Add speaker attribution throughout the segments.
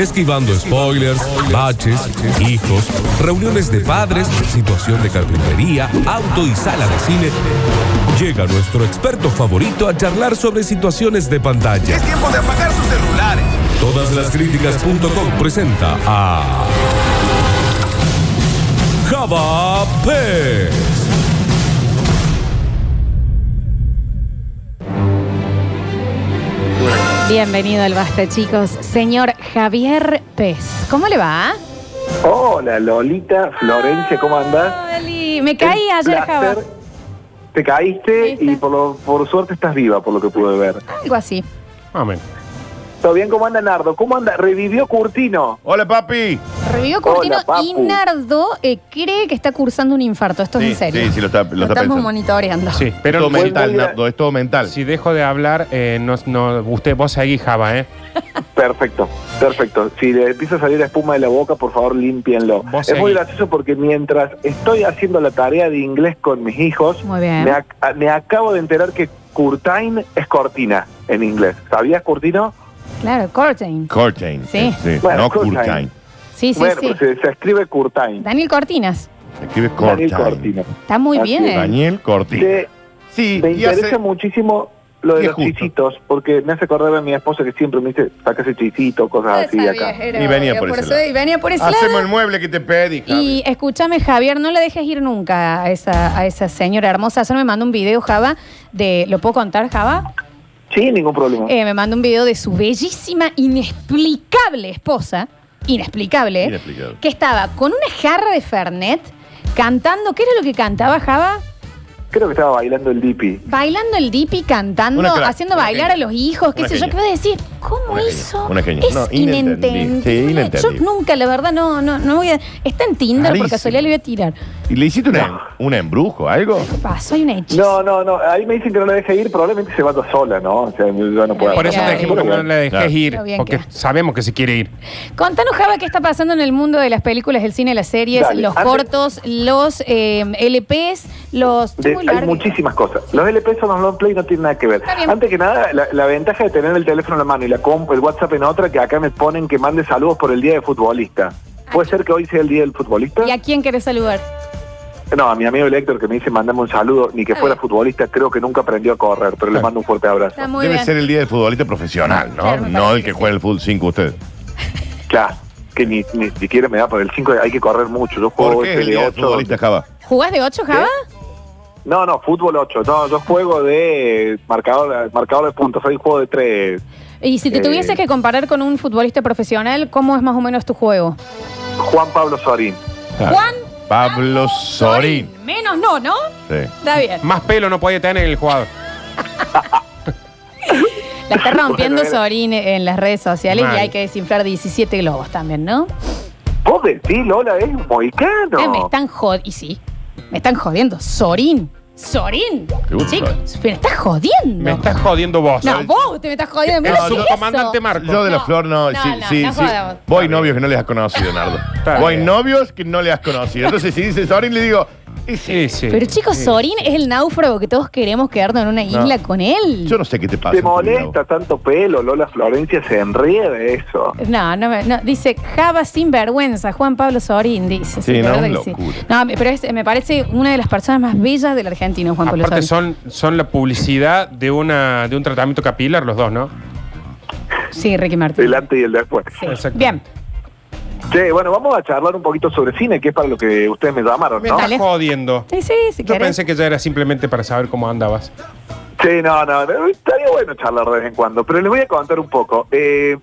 Speaker 1: esquivando spoilers, baches, hijos, reuniones de padres, situación de carpintería, auto y sala de cine. Llega nuestro experto favorito a charlar sobre situaciones de pantalla.
Speaker 2: Es tiempo de apagar sus celulares.
Speaker 1: Todaslaskriticas.com presenta a Java Pez.
Speaker 3: Bienvenido al Basta, chicos. Señor Javier Pez, ¿cómo le va?
Speaker 4: Hola Lolita, Florencia, ¿cómo andás?
Speaker 3: Oli, Me caí
Speaker 4: Un
Speaker 3: ayer,
Speaker 4: placer.
Speaker 3: Java.
Speaker 4: Te caíste
Speaker 3: ¿Viste?
Speaker 4: y por, lo- por suerte estás viva, por lo que pude ver.
Speaker 3: Algo así.
Speaker 5: Amén.
Speaker 4: ¿Todo bien? ¿Cómo anda Nardo? ¿Cómo anda? ¿Revivió Curtino?
Speaker 5: Hola, papi.
Speaker 3: Revivió Curtino
Speaker 4: Hola, papu.
Speaker 3: y Nardo eh, cree que está cursando un infarto. Esto es
Speaker 5: Sí,
Speaker 3: en serio.
Speaker 5: sí, sí, lo está- lo está
Speaker 3: estamos
Speaker 5: pensando.
Speaker 3: monitoreando.
Speaker 6: Sí,
Speaker 5: es
Speaker 6: pero
Speaker 5: Ah, todo
Speaker 4: Buen
Speaker 5: mental,
Speaker 4: día.
Speaker 5: Nardo, es todo mental.
Speaker 6: si dejo de hablar, eh, no, no- usted, vos seguís, Java, ¿eh?
Speaker 4: Perfecto, perfecto. Si le empieza a salir espuma de la boca, por favor, límpienlo.
Speaker 6: Vos
Speaker 4: Es muy
Speaker 6: seguí.
Speaker 4: gracioso porque mientras estoy haciendo la tarea de inglés con mis hijos,
Speaker 3: Muy bien.
Speaker 4: me, ac- me acabo de enterar que curtain es cortina en inglés. ¿Sabías, Curtino?
Speaker 3: Claro, Curtain.
Speaker 5: Curtain.
Speaker 3: Sí.
Speaker 4: Bueno,
Speaker 5: no
Speaker 4: curtain.
Speaker 5: Curtain.
Speaker 3: Sí, sí,
Speaker 4: bueno,
Speaker 3: sí.
Speaker 4: pues se, se escribe curtain.
Speaker 3: Daniel Cortinas.
Speaker 5: Se Escribe
Speaker 4: Daniel
Speaker 5: Curtain.
Speaker 4: Cortino.
Speaker 3: Está muy
Speaker 4: Así es,
Speaker 3: bien.
Speaker 5: Daniel Cortina.
Speaker 4: Te-
Speaker 5: Sí,
Speaker 4: Me
Speaker 5: y hace-
Speaker 4: interesa muchísimo lo de
Speaker 5: y es
Speaker 4: los
Speaker 5: justo.
Speaker 4: chisitos, porque me hace acordar a mi esposa que siempre me dice, saca ese chisito, cosas así de Ah, acá.
Speaker 5: Y venía por ese lado.
Speaker 3: Y venía por ese
Speaker 5: hacemos
Speaker 3: lado.
Speaker 5: el mueble que te pedí,
Speaker 3: Y
Speaker 5: Javi.
Speaker 3: escúchame, Javier, no la dejes ir nunca a esa, a esa señora hermosa. Ayer me mandó un video, Java, de. ¿Lo puedo contar, Java?
Speaker 4: Sí, ningún problema.
Speaker 3: Eh, me manda un video de su bellísima, inexplicable esposa, inexplicable, ¿eh?
Speaker 5: Inexplicable.
Speaker 3: que estaba con una jarra de Fernet cantando, ¿qué era lo que cantaba Java?
Speaker 4: Creo que estaba bailando el dipi.
Speaker 3: Bailando el dipi, cantando,
Speaker 5: Una crack,
Speaker 3: haciendo
Speaker 5: una
Speaker 3: bailar
Speaker 5: genia.
Speaker 3: a los hijos, qué
Speaker 5: Una
Speaker 3: sé yo,
Speaker 5: genia.
Speaker 3: qué voy a decir, ¿cómo
Speaker 5: Una genia,
Speaker 3: hizo?
Speaker 5: una genia.
Speaker 3: Es
Speaker 5: No, inentendible.
Speaker 3: inentendible.
Speaker 5: Sí, inentendible.
Speaker 3: Yo nunca, la verdad, no, no, no voy a... Está en Tinder,
Speaker 5: Rarísimo.
Speaker 3: por casualidad le voy a tirar.
Speaker 5: ¿Y le hiciste una- un embrujo, algo?
Speaker 3: ¿Qué pasó? Hay un hechizo.
Speaker 4: No, no, no, ahí me dicen que no la deje ir, probablemente se vaya sola, ¿no? O sea, yo no puedo.
Speaker 6: Por eso
Speaker 3: Claro.
Speaker 6: te dijimos que no la dejes
Speaker 5: Claro.
Speaker 6: ir,
Speaker 3: Pero bien
Speaker 6: porque
Speaker 3: que-
Speaker 6: sabemos que se quiere ir.
Speaker 3: Contanos, Java, qué está pasando en el mundo de las películas, el cine, las series,
Speaker 4: Dale,
Speaker 3: los
Speaker 4: antes-
Speaker 3: cortos, los eh, LPs, los... Está
Speaker 4: De-
Speaker 3: muy
Speaker 4: hay
Speaker 3: largo.
Speaker 4: muchísimas cosas. Los LP son los long play, no tienen nada que ver.
Speaker 3: Está bien.
Speaker 4: Antes que nada, la, la ventaja de tener el teléfono en la mano y la comp, el WhatsApp en otra, que acá me ponen que mande saludos por el día del futbolista. ¿Puede ser que hoy sea el día del futbolista?
Speaker 3: ¿Y a quién querés saludar?
Speaker 4: No, a mi amigo el Héctor que me dice mandame un saludo, ni que
Speaker 3: Ah,
Speaker 4: fuera
Speaker 3: bien.
Speaker 4: futbolista, creo que nunca aprendió a correr, pero le mando un fuerte abrazo.
Speaker 3: Está muy
Speaker 5: Debe
Speaker 3: bien.
Speaker 5: ser el día del futbolista profesional, ¿no?
Speaker 3: Claro, me
Speaker 5: no
Speaker 3: parece
Speaker 5: el que
Speaker 3: que
Speaker 5: juega el fútbol 5 usted.
Speaker 4: Claro, que ni, ni siquiera me da por el 5, hay que correr mucho. Yo juego
Speaker 5: ¿Por qué es
Speaker 4: este
Speaker 5: el
Speaker 4: de
Speaker 5: día del
Speaker 4: 8.
Speaker 5: futbolista, Java?
Speaker 3: ¿Jugás de 8, Java?
Speaker 4: No, no, fútbol 8. No, yo juego de marcador, marcador de puntos, soy juego de 3.
Speaker 3: Y si te
Speaker 4: Eh.
Speaker 3: tuvieses que comparar con un futbolista profesional, ¿cómo es más o menos tu juego?
Speaker 4: Juan Pablo Sorín.
Speaker 3: Juan
Speaker 5: Pablo Sorín.
Speaker 3: Menos no, ¿no?
Speaker 5: Sí.
Speaker 3: Está bien.
Speaker 6: Más pelo no podía tener el jugador.
Speaker 3: La está rompiendo
Speaker 4: Bueno, era-
Speaker 3: Sorín en las redes sociales
Speaker 6: Mal.
Speaker 3: y hay que desinflar 17 globos también, ¿no?
Speaker 4: Vos decís, Lola, es un mohicano.
Speaker 3: Eh, me están jodiendo. Y sí, me están jodiendo. Sorín. Sorín.
Speaker 5: Qué gusto,
Speaker 3: Chicos,
Speaker 5: Sorín.
Speaker 3: me estás jodiendo.
Speaker 6: Me estás jodiendo vos.
Speaker 3: No, vos usted me estás jodiendo.
Speaker 6: el
Speaker 3: mira lo que es
Speaker 6: subcomandante
Speaker 3: eso.
Speaker 6: Marco.
Speaker 5: Yo de la
Speaker 3: No,
Speaker 5: flor no.
Speaker 3: no,
Speaker 5: sí,
Speaker 3: no,
Speaker 5: sí,
Speaker 3: no
Speaker 5: sí.
Speaker 3: jodamos.
Speaker 5: Voy novios que no les has conocido, Nardo.
Speaker 6: Está
Speaker 5: Voy
Speaker 6: bien.
Speaker 5: novios que no les has conocido. Entonces, si dice Sorín, le digo. y
Speaker 6: Sí,
Speaker 5: sí.
Speaker 6: sí.
Speaker 3: Pero chicos,
Speaker 6: Sí.
Speaker 3: Sorín es el náufrago que todos queremos quedarnos en una isla con él.
Speaker 5: Yo no sé qué te pasa.
Speaker 4: Te
Speaker 5: en tu vida,
Speaker 4: molesta tanto pelo, Lola Florencia se enríe de eso.
Speaker 3: No, no, me- no, dice Java sin vergüenza, Juan Pablo Sorín, dice. la
Speaker 5: Sí, no,
Speaker 3: verdad
Speaker 5: una
Speaker 3: que sí.
Speaker 5: locura.
Speaker 3: No, me- pero es- me parece una de las personas más bellas del argentino, Juan Pablo
Speaker 6: Aparte
Speaker 3: Sorín.
Speaker 6: son, son la publicidad de, una, de un tratamiento capilar los dos, ¿no?
Speaker 3: Sí, Ricky Martín.
Speaker 4: El antes y el después.
Speaker 3: Sí.
Speaker 6: Exacto.
Speaker 3: Bien,
Speaker 4: Sí, bueno, vamos a charlar un poquito sobre cine, que es para lo que ustedes me llamaron,
Speaker 6: Me
Speaker 4: ¿no?
Speaker 6: estás
Speaker 3: Dale.
Speaker 6: jodiendo.
Speaker 3: sí, sí, si
Speaker 6: Yo
Speaker 3: querés.
Speaker 6: pensé que ya era simplemente para saber cómo andabas.
Speaker 4: Sí, no, no, no, estaría bueno charlar de vez en cuando, pero les voy a contar un poco. Eh,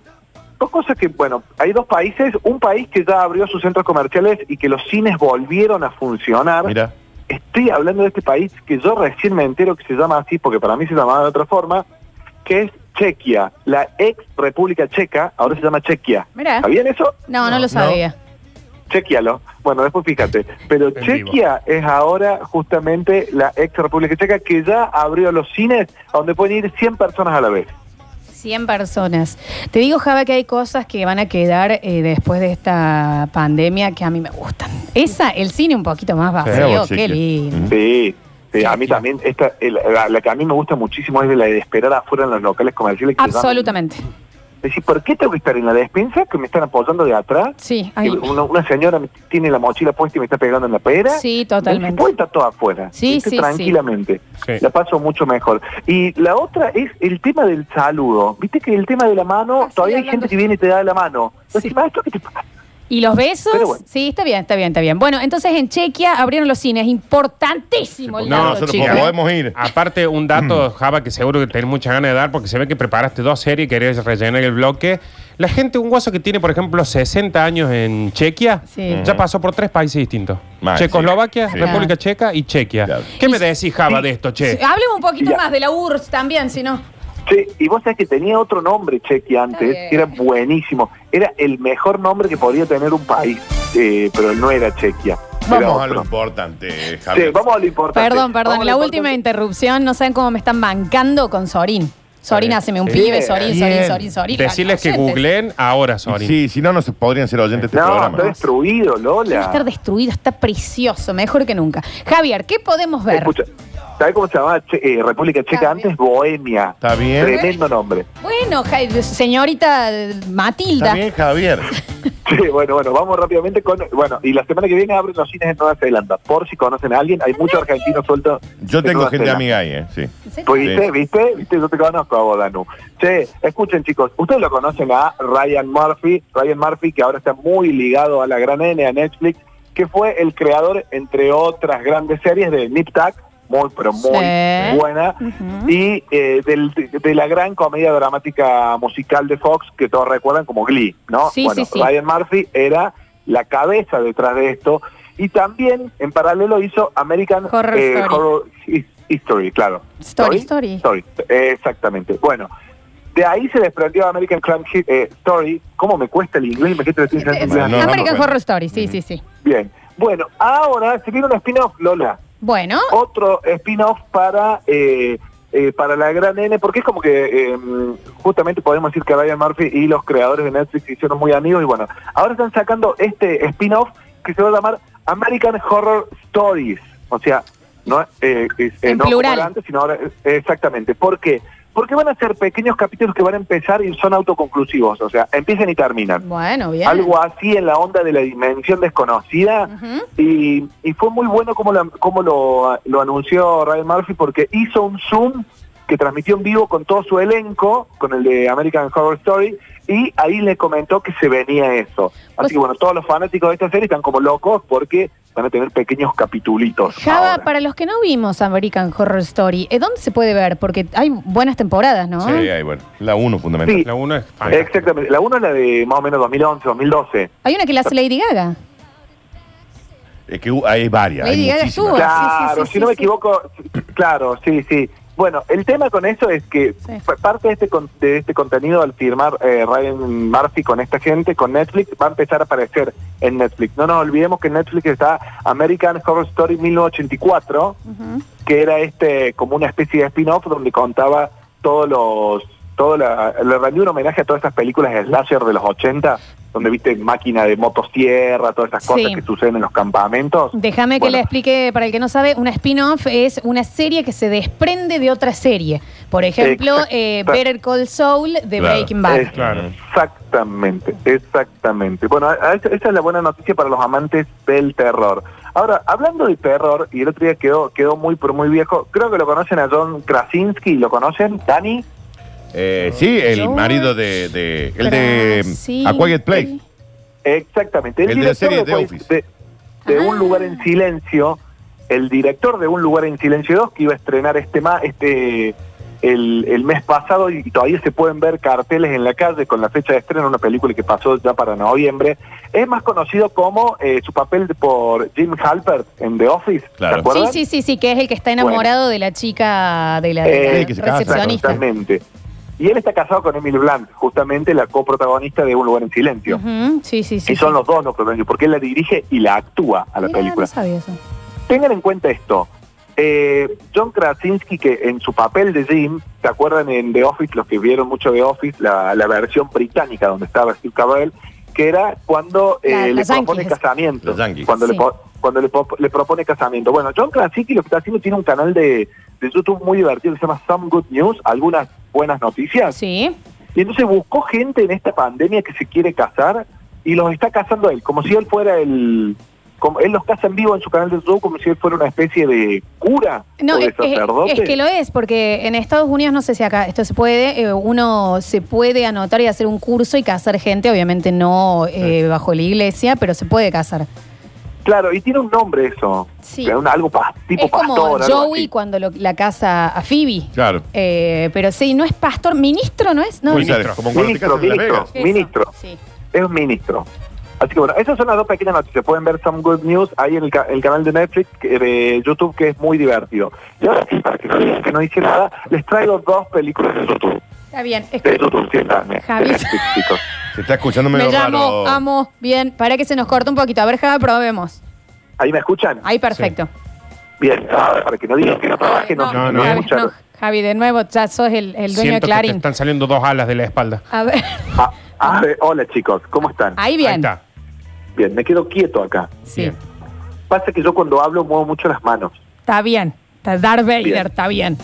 Speaker 4: dos cosas que, bueno, hay dos países, un país que ya abrió sus centros comerciales y que los cines volvieron a funcionar.
Speaker 5: Mira.
Speaker 4: Estoy hablando de este país que yo recién me entero que se llama así, porque para mí se llamaba de otra forma, que es Chequia, la ex República Checa, ahora se llama Chequia.
Speaker 3: Mirá.
Speaker 4: ¿Está bien eso?
Speaker 3: No, no,
Speaker 5: No,
Speaker 3: lo sabía.
Speaker 4: Chequealo. Bueno, después fíjate. Pero
Speaker 6: vivo.
Speaker 4: Chequia es ahora justamente la ex República Checa que ya abrió los cines a donde pueden ir 100 personas a la vez.
Speaker 3: 100 personas. Te digo, Java, que hay cosas que van a quedar eh, después de esta pandemia que a mí me gustan. Esa, el cine un poquito más vacío,
Speaker 5: vos,
Speaker 3: qué
Speaker 5: chiqui.
Speaker 3: lindo.
Speaker 5: Ujú.
Speaker 4: Sí. sí, a mí
Speaker 3: Chequia.
Speaker 4: también, esta, el- la, la que a mí me gusta muchísimo es la de esperar afuera en los locales comerciales. que se llaman
Speaker 3: Absolutamente.
Speaker 4: Decís, ¿por qué tengo que estar en la despensa que me están apoyando de atrás?
Speaker 3: Sí,
Speaker 4: Que
Speaker 3: ahí.
Speaker 4: Una, una señora me tiene la mochila puesta y me está pegando en la pera.
Speaker 3: Sí, totalmente.
Speaker 4: No se puede estar todo afuera.
Speaker 3: Sí,
Speaker 4: ¿viste?
Speaker 3: sí, sí.
Speaker 4: Tranquilamente.
Speaker 6: Sí.
Speaker 4: La paso mucho mejor. Y la otra es el tema del saludo. Viste que el tema de la mano,
Speaker 3: Ah, sí,
Speaker 4: todavía hay
Speaker 3: hablando-
Speaker 4: gente que viene y te da la mano.
Speaker 3: Sí.
Speaker 4: Decís, maestro, ¿qué te pasa?
Speaker 3: ¿Y los besos?
Speaker 4: Pero bueno.
Speaker 3: Sí, está bien, está bien, está bien. Bueno, entonces en Chequia abrieron los cines. Importantísimo el
Speaker 6: No,
Speaker 3: dato,
Speaker 5: nosotros
Speaker 3: chicos.
Speaker 5: podemos ir.
Speaker 3: Ah.
Speaker 6: Aparte, un dato, Java, que seguro que tenés muchas ganas de dar, porque se ve que preparaste dos series y querés rellenar el bloque. La gente, un guaso que tiene, por ejemplo, 60 años en Chequia,
Speaker 3: Sí.
Speaker 6: ya pasó por tres países distintos.
Speaker 5: Mal,
Speaker 6: Checoslovaquia,
Speaker 5: sí.
Speaker 6: República Checa y Chequia.
Speaker 5: Claro.
Speaker 6: ¿Qué me decís, Java, de esto,
Speaker 3: Sí, ah,
Speaker 6: Che?
Speaker 3: Hablemos un poquito
Speaker 4: Ya.
Speaker 3: más de la URSS también, si no.
Speaker 4: Che, y vos sabés que tenía otro nombre, Chequi, antes,
Speaker 3: bien.
Speaker 4: que era buenísimo. Era el mejor nombre que podía tener un país, eh, pero no era Chequia. era
Speaker 5: Vamos a
Speaker 4: otro.
Speaker 5: lo importante,
Speaker 4: Sí,
Speaker 5: Javier.
Speaker 4: vamos a lo importante.
Speaker 3: Perdón,
Speaker 4: Vamos a
Speaker 3: perdón.
Speaker 4: lo
Speaker 3: La
Speaker 4: importante.
Speaker 3: última interrupción. No saben cómo me están bancando con Sorín. Sorín,
Speaker 6: Bien.
Speaker 3: haceme un
Speaker 4: Bien.
Speaker 3: pibe. Sorín, Sorín,
Speaker 5: Bien.
Speaker 3: Sorín, Sorín.
Speaker 6: Decirles que
Speaker 3: Los oyentes.
Speaker 6: googleen ahora, Sorin.
Speaker 5: Sí, si no, no se podrían ser oyentes de este
Speaker 4: No, está
Speaker 5: programa.
Speaker 4: destruido,
Speaker 3: Debe estar
Speaker 4: Lola.
Speaker 3: destruido, está precioso, mejor que nunca. Javier, ¿qué podemos ver?
Speaker 4: Escucha, ¿sabés cómo se llamaba Che- eh, República Checa
Speaker 3: Está
Speaker 4: antes? Bohemia.
Speaker 5: Está bien.
Speaker 4: Tremendo nombre.
Speaker 3: Bueno, Ja- señorita eh, Matilda.
Speaker 5: Está bien, Javier.
Speaker 4: Sí, bueno, bueno, vamos rápidamente con... Bueno, y la semana que viene abren los cines en Nueva Zelanda. Por si conocen a alguien, hay muchos argentinos sueltos.
Speaker 5: Yo
Speaker 4: en
Speaker 5: tengo
Speaker 4: Nueva
Speaker 5: gente
Speaker 4: Zelanda.
Speaker 5: amiga ahí, ¿eh? Sí.
Speaker 3: ¿En serio?
Speaker 4: Pues,
Speaker 5: Sí.
Speaker 4: ¿Viste? ¿Viste? ¿Viste? Yo te conozco a vos, Danu. Che, escuchen, chicos. Ustedes lo conocen a Ryan Murphy. Ryan Murphy, que ahora está muy ligado a la gran N, a Netflix, que fue el creador, entre otras grandes series, de Nip Tuck, muy, pero muy
Speaker 3: Sí.
Speaker 4: buena, y eh, del- de la gran comedia dramática musical de Fox, que todos recuerdan como Glee, ¿no?
Speaker 3: Sí,
Speaker 4: bueno,
Speaker 3: sí, sí.
Speaker 4: Ryan Murphy era la cabeza detrás de esto. Y también, en paralelo, hizo American
Speaker 3: Horror
Speaker 4: eh,
Speaker 3: Story.
Speaker 4: Horror His- History, claro.
Speaker 3: Story, story.
Speaker 4: Story, exactamente. Bueno, de ahí se desprendió American Crime Hi- eh, Story. ¿Cómo me cuesta el inglés? Me quito
Speaker 3: Eh, eh,
Speaker 5: No, no,
Speaker 3: American
Speaker 5: no, no.
Speaker 3: Horror Story, sí, sí, sí.
Speaker 4: Bien. Bueno, ahora se viene un spin-off, Lola.
Speaker 3: Bueno,
Speaker 4: Otro spin-off para eh, eh, para la gran N, porque es como que eh, justamente podemos decir que Ryan Murphy y los creadores de Netflix se hicieron muy amigos y bueno, ahora están sacando este spin-off que se va a llamar American Horror Stories. O sea, no eh, es- eh,
Speaker 3: En
Speaker 4: no como
Speaker 3: plural.
Speaker 4: era antes, sino ahora eh, exactamente. ¿Por qué? Porque van a ser pequeños capítulos que van a empezar y son autoconclusivos, o sea, empiezan y terminan
Speaker 3: bueno, bien.
Speaker 4: algo así en la onda de la dimensión desconocida
Speaker 3: Ujú.
Speaker 4: y, y fue muy bueno como, la- como lo, lo anunció Ryan Murphy porque hizo un Zoom que transmitió en vivo con todo su elenco, con el de American Horror Story, y ahí le comentó que se venía eso. Así
Speaker 3: Pues-
Speaker 4: que bueno, todos los fanáticos de esta serie están como locos porque van a tener pequeños capitulitos.
Speaker 3: Java,
Speaker 4: ahora.
Speaker 3: para los que no vimos American Horror Story, ¿eh, ¿dónde se puede ver? Porque hay buenas temporadas, ¿no?
Speaker 5: Sí, ahí, bueno. La 1 fundamental.
Speaker 4: Sí.
Speaker 6: La uno es fantástica.
Speaker 4: Exactamente. La una es la de más o menos 2011, 2012.
Speaker 3: Hay una que la hace Lady Gaga.
Speaker 5: Es que hu- hay varias.
Speaker 3: Lady
Speaker 5: hay
Speaker 3: Gaga
Speaker 5: muchísimas.
Speaker 3: estuvo.
Speaker 4: Claro,
Speaker 3: sí, sí,
Speaker 4: si
Speaker 3: sí,
Speaker 4: no me
Speaker 3: sí.
Speaker 4: equivoco, claro, sí, sí. Bueno, el tema con eso es que
Speaker 3: Sí.
Speaker 4: pa- parte de este, con- de este contenido al firmar eh, Ryan Murphy con esta gente, con Netflix, va a empezar a aparecer en Netflix. No nos olvidemos que en Netflix está American Horror Story 1984, que era este como una especie de spin-off donde contaba todos los... Todo la- le rendí un homenaje a todas esas películas de slasher de los 80, donde viste máquina de motosierra, todas esas cosas
Speaker 3: Sí.
Speaker 4: que suceden en los campamentos.
Speaker 3: Déjame que
Speaker 4: Bueno,
Speaker 3: le explique, para el que no sabe, una spin-off es una serie que se desprende de otra serie. Por ejemplo,
Speaker 4: Exacto.
Speaker 3: eh, Better Call Saul de
Speaker 5: Claro.
Speaker 3: Breaking Bad.
Speaker 4: Es-
Speaker 6: Claro.
Speaker 4: Exactamente, exactamente. Bueno, a- a- esa es la buena noticia para los amantes del terror. Ahora, hablando de terror, y el otro día quedó, quedó muy, pero muy viejo, creo que lo conocen a John Krasinski, ¿lo conocen? ¿Dani?
Speaker 5: Eh, sí, el
Speaker 3: George
Speaker 5: marido de, de- el de
Speaker 3: Krasinski.
Speaker 5: A Quiet Place.
Speaker 4: Exactamente.
Speaker 5: El de la
Speaker 4: director
Speaker 5: serie The
Speaker 4: Ways-
Speaker 5: Office.
Speaker 4: de- de
Speaker 3: Ah.
Speaker 4: Un Lugar en Silencio, el director de Un Lugar en Silencio 2, que iba a estrenar este, ma- este el, el mes pasado y todavía se pueden ver carteles en la calle con la fecha de estreno, una película que pasó ya para noviembre, es más conocido como eh, su papel de- por Jim Halpert en The Office.
Speaker 5: Claro.
Speaker 4: ¿Se acuerdan?
Speaker 3: Sí, sí, sí, sí, que es el que está enamorado de la chica de la, de la
Speaker 4: Eh,
Speaker 5: que se casa,
Speaker 3: recepcionista.
Speaker 4: Exactamente. Y él está casado con Emily Blunt, justamente la coprotagonista de Un Lugar en Silencio.
Speaker 3: Ujú, Sí, sí, sí.
Speaker 4: Y son
Speaker 3: sí.
Speaker 4: los dos los protagonistas, porque él la dirige y la actúa a la
Speaker 3: Mira,
Speaker 4: película.
Speaker 3: no sabía eso.
Speaker 4: tengan en cuenta esto. Eh, John Krasinski, que en su papel de Jim, ¿se acuerdan en The Office, los que vieron mucho The Office, la, la versión británica donde estaba Steve Carell, que era cuando eh,
Speaker 3: La-
Speaker 4: le
Speaker 3: los
Speaker 4: propone
Speaker 3: Yankees.
Speaker 4: casamiento?
Speaker 5: Los Yankees.
Speaker 4: Cuando,
Speaker 3: Sí.
Speaker 4: le, po- cuando le, po- le propone casamiento. Bueno, John Krasinski lo que está haciendo tiene un canal de, de YouTube muy divertido que se llama Some Good News, algunas buenas noticias
Speaker 3: Sí.
Speaker 4: Y entonces buscó gente en esta pandemia que se quiere casar y los está casando él, como si él fuera el... Como, él los casa en vivo en su canal de YouTube como si él fuera una especie de cura
Speaker 3: No,
Speaker 4: o de
Speaker 3: es, es-
Speaker 4: sacerdote.
Speaker 3: es que lo es, porque en Estados Unidos, no sé si acá esto se puede, eh, uno se puede anotar y hacer un curso y casar gente, obviamente no eh, bajo la iglesia, pero se puede casar.
Speaker 4: Claro, y tiene un nombre eso.
Speaker 3: Sí.
Speaker 4: Que es un- algo pa- tipo
Speaker 3: es como
Speaker 4: pastor. algo
Speaker 3: Joey
Speaker 4: así.
Speaker 3: cuando lo- la casa a Phoebe.
Speaker 5: Claro.
Speaker 3: Eh, pero sí, no es pastor, ministro, ¿no es? No,
Speaker 5: Puede
Speaker 3: es-
Speaker 5: ser, como cuando te
Speaker 4: Ministro,
Speaker 5: casas en Las
Speaker 4: ministro.
Speaker 5: Vegas.
Speaker 3: Eso,
Speaker 4: ministro.
Speaker 3: sí.
Speaker 4: Es un ministro. Así que bueno, esas son las dos pequeñas noticias. Pueden ver Some Good News ahí en el, ca- el canal de Netflix, que- de YouTube, que es muy divertido. Y ahora sí, para que no digan que no hice nada, les traigo dos películas de YouTube.
Speaker 3: Está bien. es-
Speaker 4: De YouTube, siéntame.
Speaker 3: Javi.
Speaker 4: chicos.
Speaker 5: Se está escuchando
Speaker 3: Me
Speaker 5: medio
Speaker 3: llamo,
Speaker 5: raro.
Speaker 3: amo, bien. Para que se nos corte un poquito. A ver, Java, probemos.
Speaker 4: ¿Ahí me escuchan?
Speaker 3: Ahí, perfecto.
Speaker 4: Bien, ah, para que no digan que no trabajen, no,
Speaker 5: no,
Speaker 4: no,
Speaker 5: no,
Speaker 4: me
Speaker 3: Javi,
Speaker 4: escuchan.
Speaker 3: no, Javi, de nuevo, ya sos el, el dueño
Speaker 6: Siento
Speaker 3: de
Speaker 6: que te
Speaker 3: Clarín.
Speaker 6: están saliendo dos alas de la espalda.
Speaker 3: A ver,
Speaker 4: Ah, ah, eh, hola chicos, ¿cómo están?
Speaker 3: ahí
Speaker 6: Ahí
Speaker 3: bien.
Speaker 6: está.
Speaker 4: Bien, me quedo quieto acá.
Speaker 3: sí,
Speaker 6: Bien.
Speaker 4: Pasa que yo cuando hablo muevo mucho las manos.
Speaker 3: está bien. Está Darth Vader,
Speaker 4: Bien.
Speaker 3: está bien.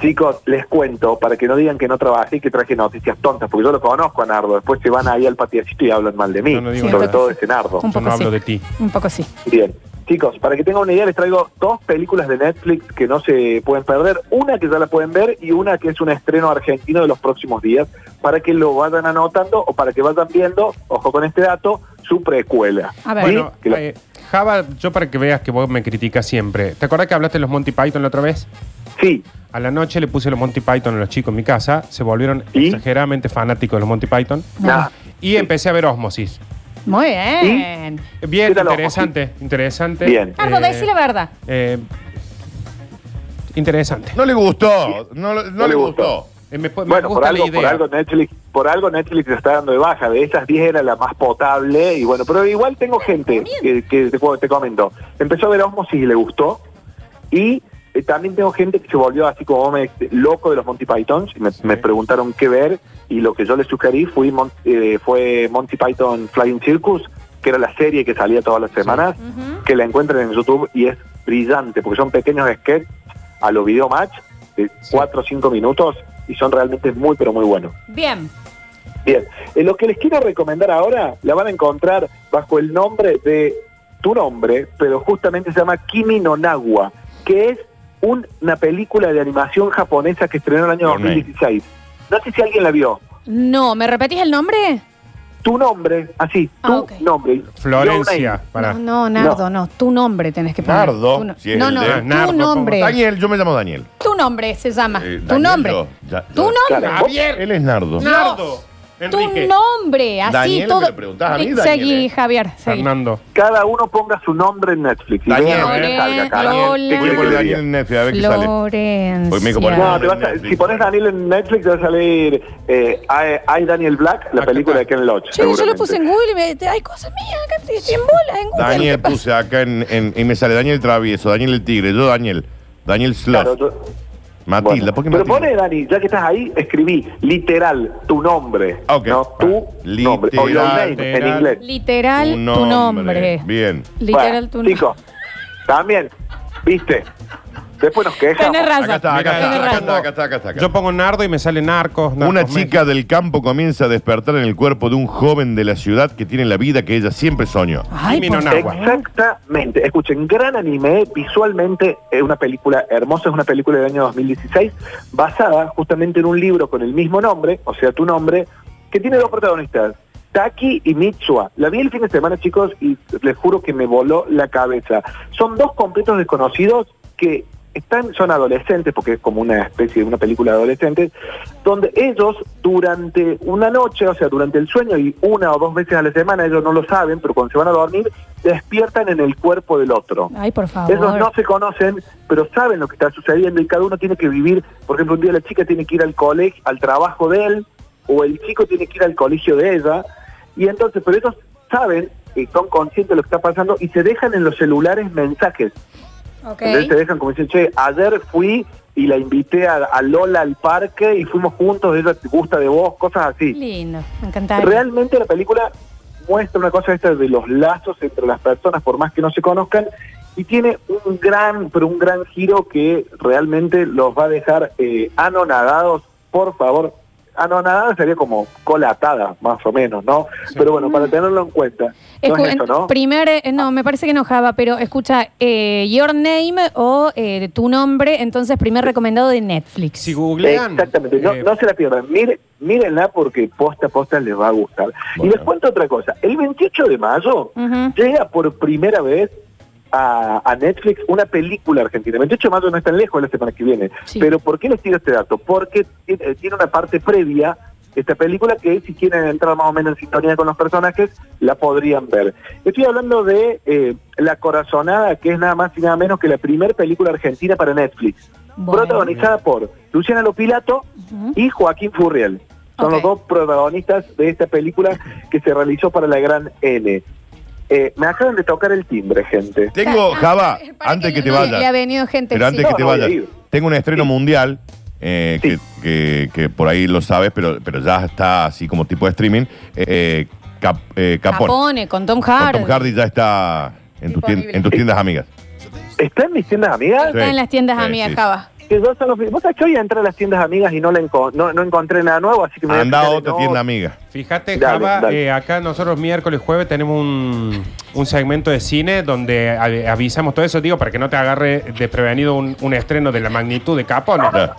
Speaker 4: Chicos, les cuento, para que no digan que no trabajé y que traje noticias tontas, porque yo lo conozco a Nardo. Después se van ahí al patiacito y hablan mal de mí,
Speaker 6: Yo no digo
Speaker 4: sobre
Speaker 6: nada.
Speaker 4: todo de ese
Speaker 5: Oh,
Speaker 4: Nardo.
Speaker 3: Un
Speaker 6: Yo
Speaker 3: poco
Speaker 6: no hablo
Speaker 3: sí.
Speaker 6: de ti.
Speaker 3: Un poco sí.
Speaker 4: Bien. Chicos, para que tengan una idea, les traigo dos películas de Netflix que no se pueden perder. Una que ya la pueden ver y una que es un estreno argentino de los próximos días, para que lo vayan anotando o para que vayan viendo, ojo con este dato, su precuela.
Speaker 3: A ver.
Speaker 6: Bueno,
Speaker 4: Que la-
Speaker 6: eh, Java, yo para que veas que vos me criticas siempre. ¿Te acordás que hablaste de los Monty Python la otra vez?
Speaker 4: Sí,
Speaker 6: A la noche le puse los Monty Python a los chicos en mi casa, se volvieron
Speaker 4: ¿Y?
Speaker 6: exageradamente fanáticos de los Monty Python
Speaker 4: nada.
Speaker 6: y empecé a ver Osmosis.
Speaker 3: Muy bien.
Speaker 6: Bien,
Speaker 4: ¿Qué tal
Speaker 6: interesante, interesante.
Speaker 4: Bien.
Speaker 3: Nardo,
Speaker 6: Eh,
Speaker 3: decí la verdad.
Speaker 6: eh, interesante.
Speaker 5: No le gustó. No, lo- no le gustó.
Speaker 6: Eh, me, me
Speaker 4: Bueno, por
Speaker 6: gusta la
Speaker 4: algo, por
Speaker 6: idea.
Speaker 4: algo Netflix, por algo Netflix se está dando de baja. De esas 10 era la más potable y bueno, pero igual tengo gente que, que te, te comento. Empezó a ver Osmosis y le gustó y eh, también tengo gente que se volvió así como me- este, loco de los Monty Pythons y me, me preguntaron qué ver y lo que yo les sugerí fui Mon- eh, fue Monty Python Flying Circus, que era la serie que salía todas las semanas, que la encuentran en YouTube y es brillante porque son pequeños sketches a los video match de 4 o 5 minutos y son realmente muy pero muy buenos.
Speaker 3: Bien.
Speaker 4: Bien, eh, lo que les quiero recomendar ahora la van a encontrar bajo el nombre de tu nombre, pero justamente se llama Kimi no Nawa, que es un- una película de animación japonesa que estrenó en el año
Speaker 5: Your Name.
Speaker 4: 2016. No sé si alguien la vio.
Speaker 3: No, ¿me repetís el nombre?
Speaker 4: Tu nombre, así,
Speaker 3: Ah,
Speaker 4: tu
Speaker 3: ok.
Speaker 4: nombre. Your
Speaker 6: Florencia,
Speaker 4: Name.
Speaker 6: para.
Speaker 3: No, no, Nardo, no. Tu nombre tenés que poner.
Speaker 5: Nardo,
Speaker 3: Tu no-
Speaker 5: si es
Speaker 3: no,
Speaker 5: el
Speaker 3: no,
Speaker 5: de-
Speaker 3: tu
Speaker 6: Nardo, ¿cómo?
Speaker 3: nombre.
Speaker 5: Daniel, yo me llamo Daniel.
Speaker 3: Tu nombre se llama.
Speaker 5: Eh,
Speaker 3: Ah, tu
Speaker 5: Daniel,
Speaker 3: nombre.
Speaker 5: yo, ya-
Speaker 3: tu
Speaker 5: ya.
Speaker 3: nombre.
Speaker 4: Claro.
Speaker 5: Él es Nardo.
Speaker 3: No.
Speaker 6: Nardo, Enrique,
Speaker 3: Tu nombre. Así
Speaker 5: Daniel,
Speaker 3: todo.
Speaker 5: me preguntás a mí, Daniel,
Speaker 3: seguí,
Speaker 5: eh.
Speaker 3: Javier. Seguí.
Speaker 6: Fernando.
Speaker 4: Cada uno ponga su nombre en Netflix. y
Speaker 5: Daniel, eh.
Speaker 4: vean lo que
Speaker 3: Lore-
Speaker 4: les salga,
Speaker 3: Lola.
Speaker 4: cara. ¿Qué
Speaker 5: Voy
Speaker 4: quiere
Speaker 5: a
Speaker 4: que
Speaker 5: poner
Speaker 4: le
Speaker 5: Daniel
Speaker 4: diga?
Speaker 5: en Netflix, a ver qué sale.
Speaker 3: Florencia.
Speaker 5: Hoy me como-
Speaker 4: No, te vas a- si pones Daniel en Netflix, te va a salir eh, I, I, Daniel Black, la
Speaker 5: Ah,
Speaker 6: Acá
Speaker 4: película de
Speaker 6: está.
Speaker 4: Ken Loach.
Speaker 3: Che, yo lo
Speaker 4: seguramente.
Speaker 3: puse en Google y me, te- hay cosas mías acá estoy en bola, en Google.
Speaker 5: Daniel
Speaker 3: ¿qué pasa?
Speaker 5: puse acá en, en- y me sale Daniel Travieso, Daniel el Tigre, yo Daniel, Daniel Sloth,
Speaker 4: Claro, yo-
Speaker 5: Matilda,
Speaker 4: Bueno,
Speaker 5: ¿por qué
Speaker 4: pero
Speaker 5: Matilda?
Speaker 4: pone, Dani, ya que estás ahí, escribí literal tu nombre.
Speaker 5: Ah, ok.
Speaker 4: No, tu
Speaker 5: Literal,
Speaker 4: nombre. O your name en
Speaker 6: literal.
Speaker 4: inglés.
Speaker 3: Literal tu nombre.
Speaker 5: Bien.
Speaker 3: Literal tu
Speaker 4: Bueno, Chicos, también, viste. Después nos quejamos.
Speaker 3: Tenés razón.
Speaker 5: Acá está, acá
Speaker 6: Mira,
Speaker 5: está, acá
Speaker 3: tenés
Speaker 5: está,
Speaker 3: razón.
Speaker 5: acá está, acá está, acá
Speaker 6: Yo
Speaker 5: está.
Speaker 6: pongo Nardo y me sale Narcos. Narcos
Speaker 5: Una
Speaker 6: México.
Speaker 5: chica del campo comienza a despertar en el cuerpo de un joven de la ciudad que tiene la vida que ella siempre soñó.
Speaker 3: Ay,
Speaker 6: Jimmy
Speaker 3: por
Speaker 6: Nonagua.
Speaker 3: favor.
Speaker 4: Exactamente. Escuchen, gran anime, visualmente es una película hermosa, es una película del año 2016, basada justamente en un libro con el mismo nombre, o sea, tu nombre, que tiene dos protagonistas, Taki y Mitsua. La vi el fin de semana, chicos, y les juro que me voló la cabeza. Son dos completos desconocidos que están, son adolescentes, porque es como una especie de una película de adolescentes, donde ellos durante una noche, o sea, durante el sueño y una o dos veces a la semana, ellos no lo saben, pero cuando se van a dormir, despiertan en el cuerpo del otro.
Speaker 3: Ay, por favor.
Speaker 4: Ellos no se conocen, pero saben lo que está sucediendo y cada uno tiene que vivir, por ejemplo, un día la chica tiene que ir al colegio, al trabajo de él, o el chico tiene que ir al colegio de ella, y entonces, pero ellos saben, y son conscientes de lo que está pasando y se dejan en los celulares mensajes.
Speaker 3: Ok.
Speaker 4: Entonces te dejan como dicen, che, ayer fui y la invité a, a Lola al parque y fuimos juntos, ella te gusta de vos, cosas así.
Speaker 3: Lindo, me encanta.
Speaker 4: Realmente la película muestra una cosa esta de los lazos entre las personas, por más que no se conozcan, y tiene un gran, pero un gran giro que realmente los va a dejar eh, anonadados. Por favor, anonadada sería como colatada, más o menos, ¿no? Pero bueno, para tenerlo en cuenta. No
Speaker 3: Escu-
Speaker 4: es eso, ¿no?
Speaker 3: Primer, eh, no, me parece que no Java, pero escucha eh, Your Name o eh, tu nombre, entonces primer recomendado de Netflix.
Speaker 6: Si googlean.
Speaker 4: Exactamente, no,
Speaker 6: eh,
Speaker 4: no se la pierdan. Mire, mírenla porque posta posta les va a gustar.
Speaker 5: Bueno.
Speaker 4: Y les cuento otra cosa. El 28 de mayo
Speaker 3: Ujú.
Speaker 4: llega por primera vez a, a Netflix una película argentina. El 28 de mayo no es tan lejos la semana que viene.
Speaker 3: Sí.
Speaker 4: Pero ¿por qué les tiro este dato? Porque eh, tiene una parte previa esta película que si quieren entrar más o menos en sintonía con los personajes, la podrían ver. Estoy hablando de eh, La Corazonada, que es nada más y nada menos que la primera película argentina para Netflix
Speaker 3: Bueno.
Speaker 4: protagonizada por Luciana Lopilato
Speaker 3: Ujú.
Speaker 4: y Joaquín Furriel. Son
Speaker 3: Ok.
Speaker 4: los dos protagonistas de esta película que se realizó para la Gran N. Eh, me acaban de tocar el timbre, gente.
Speaker 5: Tengo,
Speaker 3: Ah,
Speaker 5: Java,
Speaker 3: para
Speaker 5: antes que te
Speaker 3: le- Le ha
Speaker 5: vayas,
Speaker 3: venido gente.
Speaker 5: pero antes
Speaker 3: sí.
Speaker 5: que te
Speaker 4: No, no voy a
Speaker 5: vayas,
Speaker 4: ir.
Speaker 5: tengo un estreno
Speaker 4: Sí.
Speaker 5: mundial eh, que,
Speaker 4: Sí.
Speaker 5: que- que por ahí lo sabes, pero, pero ya está así como tipo de streaming. eh, Cap- eh, Capone.
Speaker 3: Capone, con Tom
Speaker 5: Con
Speaker 3: Hardy.
Speaker 5: Tom Hardy ya está en, tu tien-
Speaker 3: Disponible.
Speaker 5: en tus tiendas amigas.
Speaker 4: ¿Están mis tiendas amigas?
Speaker 5: Sí.
Speaker 3: Está en las tiendas
Speaker 5: Sí,
Speaker 3: amigas,
Speaker 5: sí.
Speaker 3: Java.
Speaker 4: Que yo solo fui- ¿Vos sabés que hoy entré a las tiendas amigas y no, la enco- no, no encontré nada nuevo? Así que me voy a
Speaker 5: Anda a
Speaker 4: fijar en
Speaker 5: otra
Speaker 4: otro.
Speaker 5: tienda amiga.
Speaker 6: Fíjate,
Speaker 4: Dale,
Speaker 6: Java,
Speaker 4: dale.
Speaker 6: eh, acá nosotros miércoles, jueves tenemos un, un segmento de cine donde a- avisamos todo eso, digo, para que no te agarre desprevenido un, un estreno de la magnitud de Capone.
Speaker 5: Claro.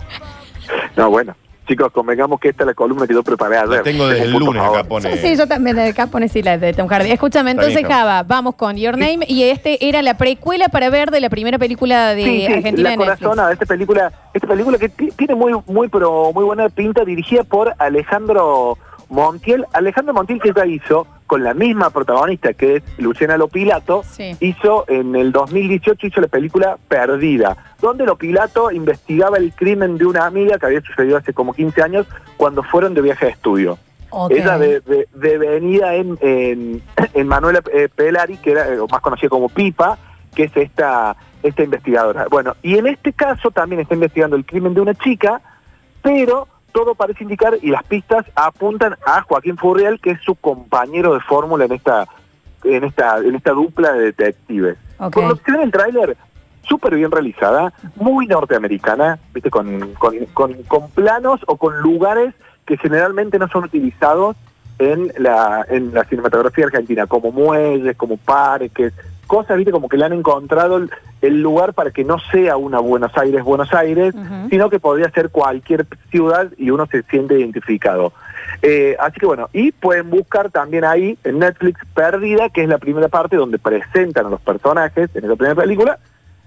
Speaker 4: No, bueno. Chicos, convengamos que esta es la columna que yo preparé ayer.
Speaker 5: La tengo desde
Speaker 4: Es
Speaker 5: el
Speaker 4: un punto
Speaker 5: lunes
Speaker 4: favor.
Speaker 5: acá, pone.
Speaker 3: Sí, sí, yo también de Capone sí, la de Tom Hardy. Escúchame,
Speaker 5: Está bien,
Speaker 3: entonces
Speaker 5: Java.
Speaker 3: Java, vamos con Your Name y este era la precuela para ver de la primera película de
Speaker 4: Sí, sí,
Speaker 3: Argentina
Speaker 4: La
Speaker 3: en Netflix.
Speaker 4: Corazonada, esta película, esta película que ti- tiene muy, muy, pero muy buena pinta, dirigida por Alejandro Montiel. Alejandro Montiel que ya hizo, con la misma protagonista que es Luciana Lopilato,
Speaker 3: Sí.
Speaker 4: hizo en el 2018 hizo la película Perdida, donde Lopilato investigaba el crimen de una amiga que había sucedido hace como 15 años cuando fueron de viaje de estudio.
Speaker 3: Ok.
Speaker 4: Ella de, de- devenida en, en, en Manuela eh, Pelari, que era eh, más conocida como Pipa, que es esta, esta investigadora. Bueno, y en este caso también está investigando el crimen de una chica, pero todo parece indicar y las pistas apuntan a Joaquín Furriel, que es su compañero de fórmula en esta, en esta, en esta dupla de detectives.
Speaker 3: Ok.
Speaker 4: Por lo que se ve en el tráiler, súper bien realizada, muy norteamericana, ¿viste? Con, con, con- con planos o con lugares que generalmente no son utilizados en la, en la cinematografía argentina, como muelles, como parques, cosas, ¿viste? Como que le han encontrado el, el lugar para que no sea una Buenos Aires, Buenos Aires,
Speaker 3: Ujú.
Speaker 4: sino que podría ser cualquier ciudad y uno se siente identificado. Eh, así que bueno, y pueden buscar también ahí en Netflix Perdida, que es la primera parte donde presentan a los personajes en esa primera película,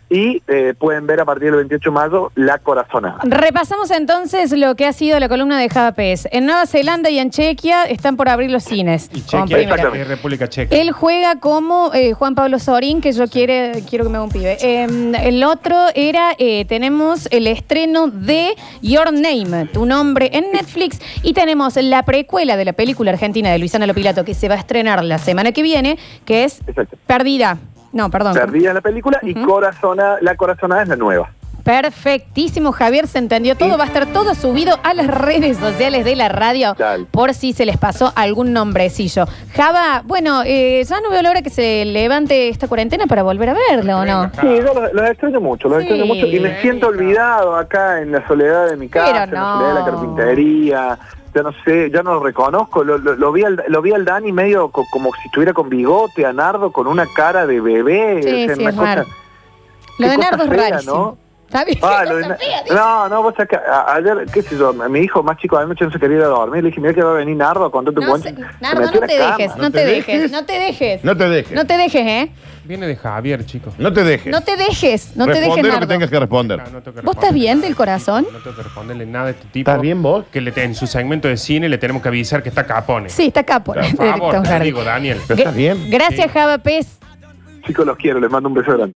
Speaker 4: y eh, pueden ver a partir del 28 de mayo La Corazonada.
Speaker 3: Repasamos entonces lo que ha sido la columna de Java Pérez. En Nueva Zelanda y en Chequia están por abrir los cines.
Speaker 6: Y
Speaker 3: Con
Speaker 6: Chequia,
Speaker 3: primera.
Speaker 6: y
Speaker 4: Exactamente.
Speaker 6: República Checa.
Speaker 3: Él juega como eh, Juan Pablo Sorín, que yo quiere, quiero que me haga un pibe. Eh, el otro era, eh, tenemos el estreno de Your Name, tu nombre en Netflix, y tenemos la precuela de la película argentina de Luisana Lopilato, que se va a estrenar la semana que viene, que es
Speaker 4: Exacto.
Speaker 3: Perdida. No, perdón.
Speaker 4: Perdida es la película y Corazonada, La Corazonada es la nueva.
Speaker 3: Perfectísimo, Javier, se entendió todo. Va a estar todo subido a las redes sociales de la radio
Speaker 4: Dale.
Speaker 3: por si se les pasó algún nombrecillo. Java, bueno, eh, ya no veo la hora que se levante esta cuarentena para volver a verlo, ¿o no?
Speaker 6: Venga,
Speaker 4: Sí,
Speaker 6: Java.
Speaker 4: yo los, los extraño mucho, los
Speaker 3: Sí.
Speaker 4: extraño mucho y me siento olvidado acá en la soledad de mi casa,
Speaker 3: Pero
Speaker 4: en la soledad de la
Speaker 3: no.
Speaker 4: carpintería. Ya no sé, ya no lo reconozco. Lo, lo- lo vi al, lo vi al Dani medio co- como si estuviera con bigote, a Nardo con una cara de bebé.
Speaker 3: Sí,
Speaker 4: o sea,
Speaker 3: sí,
Speaker 4: una
Speaker 3: es
Speaker 4: cosa-
Speaker 3: raro. Lo
Speaker 4: qué
Speaker 3: de
Speaker 4: cosa
Speaker 3: Nardo es
Speaker 4: fea,
Speaker 3: rarísimo.
Speaker 4: ¿no?
Speaker 3: Está bien,
Speaker 4: Ah,
Speaker 3: qué
Speaker 4: lo de
Speaker 3: cosa
Speaker 4: Na-
Speaker 3: fea, dice.
Speaker 4: no, no, vos acá, a- ayer, qué sé yo, a mi hijo más chico anoche no se quería ir a dormir. Le dije, mira que va a venir Nardo, contó tu
Speaker 3: No
Speaker 4: cuento.
Speaker 3: sé,
Speaker 4: Se
Speaker 3: Nardo,
Speaker 4: metió
Speaker 3: no
Speaker 4: en
Speaker 3: te
Speaker 4: la cama.
Speaker 3: dejes, no
Speaker 5: ¿No
Speaker 3: te
Speaker 5: te
Speaker 3: dejes,
Speaker 5: dejes?
Speaker 3: no te dejes.
Speaker 5: No te dejes.
Speaker 3: No te dejes, ¿eh?
Speaker 6: Viene de Javier, chicos.
Speaker 5: No te dejes.
Speaker 3: No te dejes, no te
Speaker 5: Responde
Speaker 3: dejes,
Speaker 5: lo que
Speaker 3: Nardo.
Speaker 5: tengas que responder.
Speaker 6: Ah, no tengo que
Speaker 3: ¿Vos
Speaker 6: responderle
Speaker 3: estás bien
Speaker 6: nada
Speaker 3: del
Speaker 6: a este
Speaker 3: corazón?
Speaker 6: tipo, No tengo que responderle nada a este tipo.
Speaker 5: ¿Estás bien vos?
Speaker 6: Que le, en su segmento de cine le tenemos que avisar que está Capone.
Speaker 3: Sí, está acá por
Speaker 6: Por favor, te digo, Daniel.
Speaker 5: Pero estás bien.
Speaker 3: Gracias,
Speaker 6: Sí.
Speaker 3: Java Pez.
Speaker 4: Chicos, los quiero, les mando un beso grande.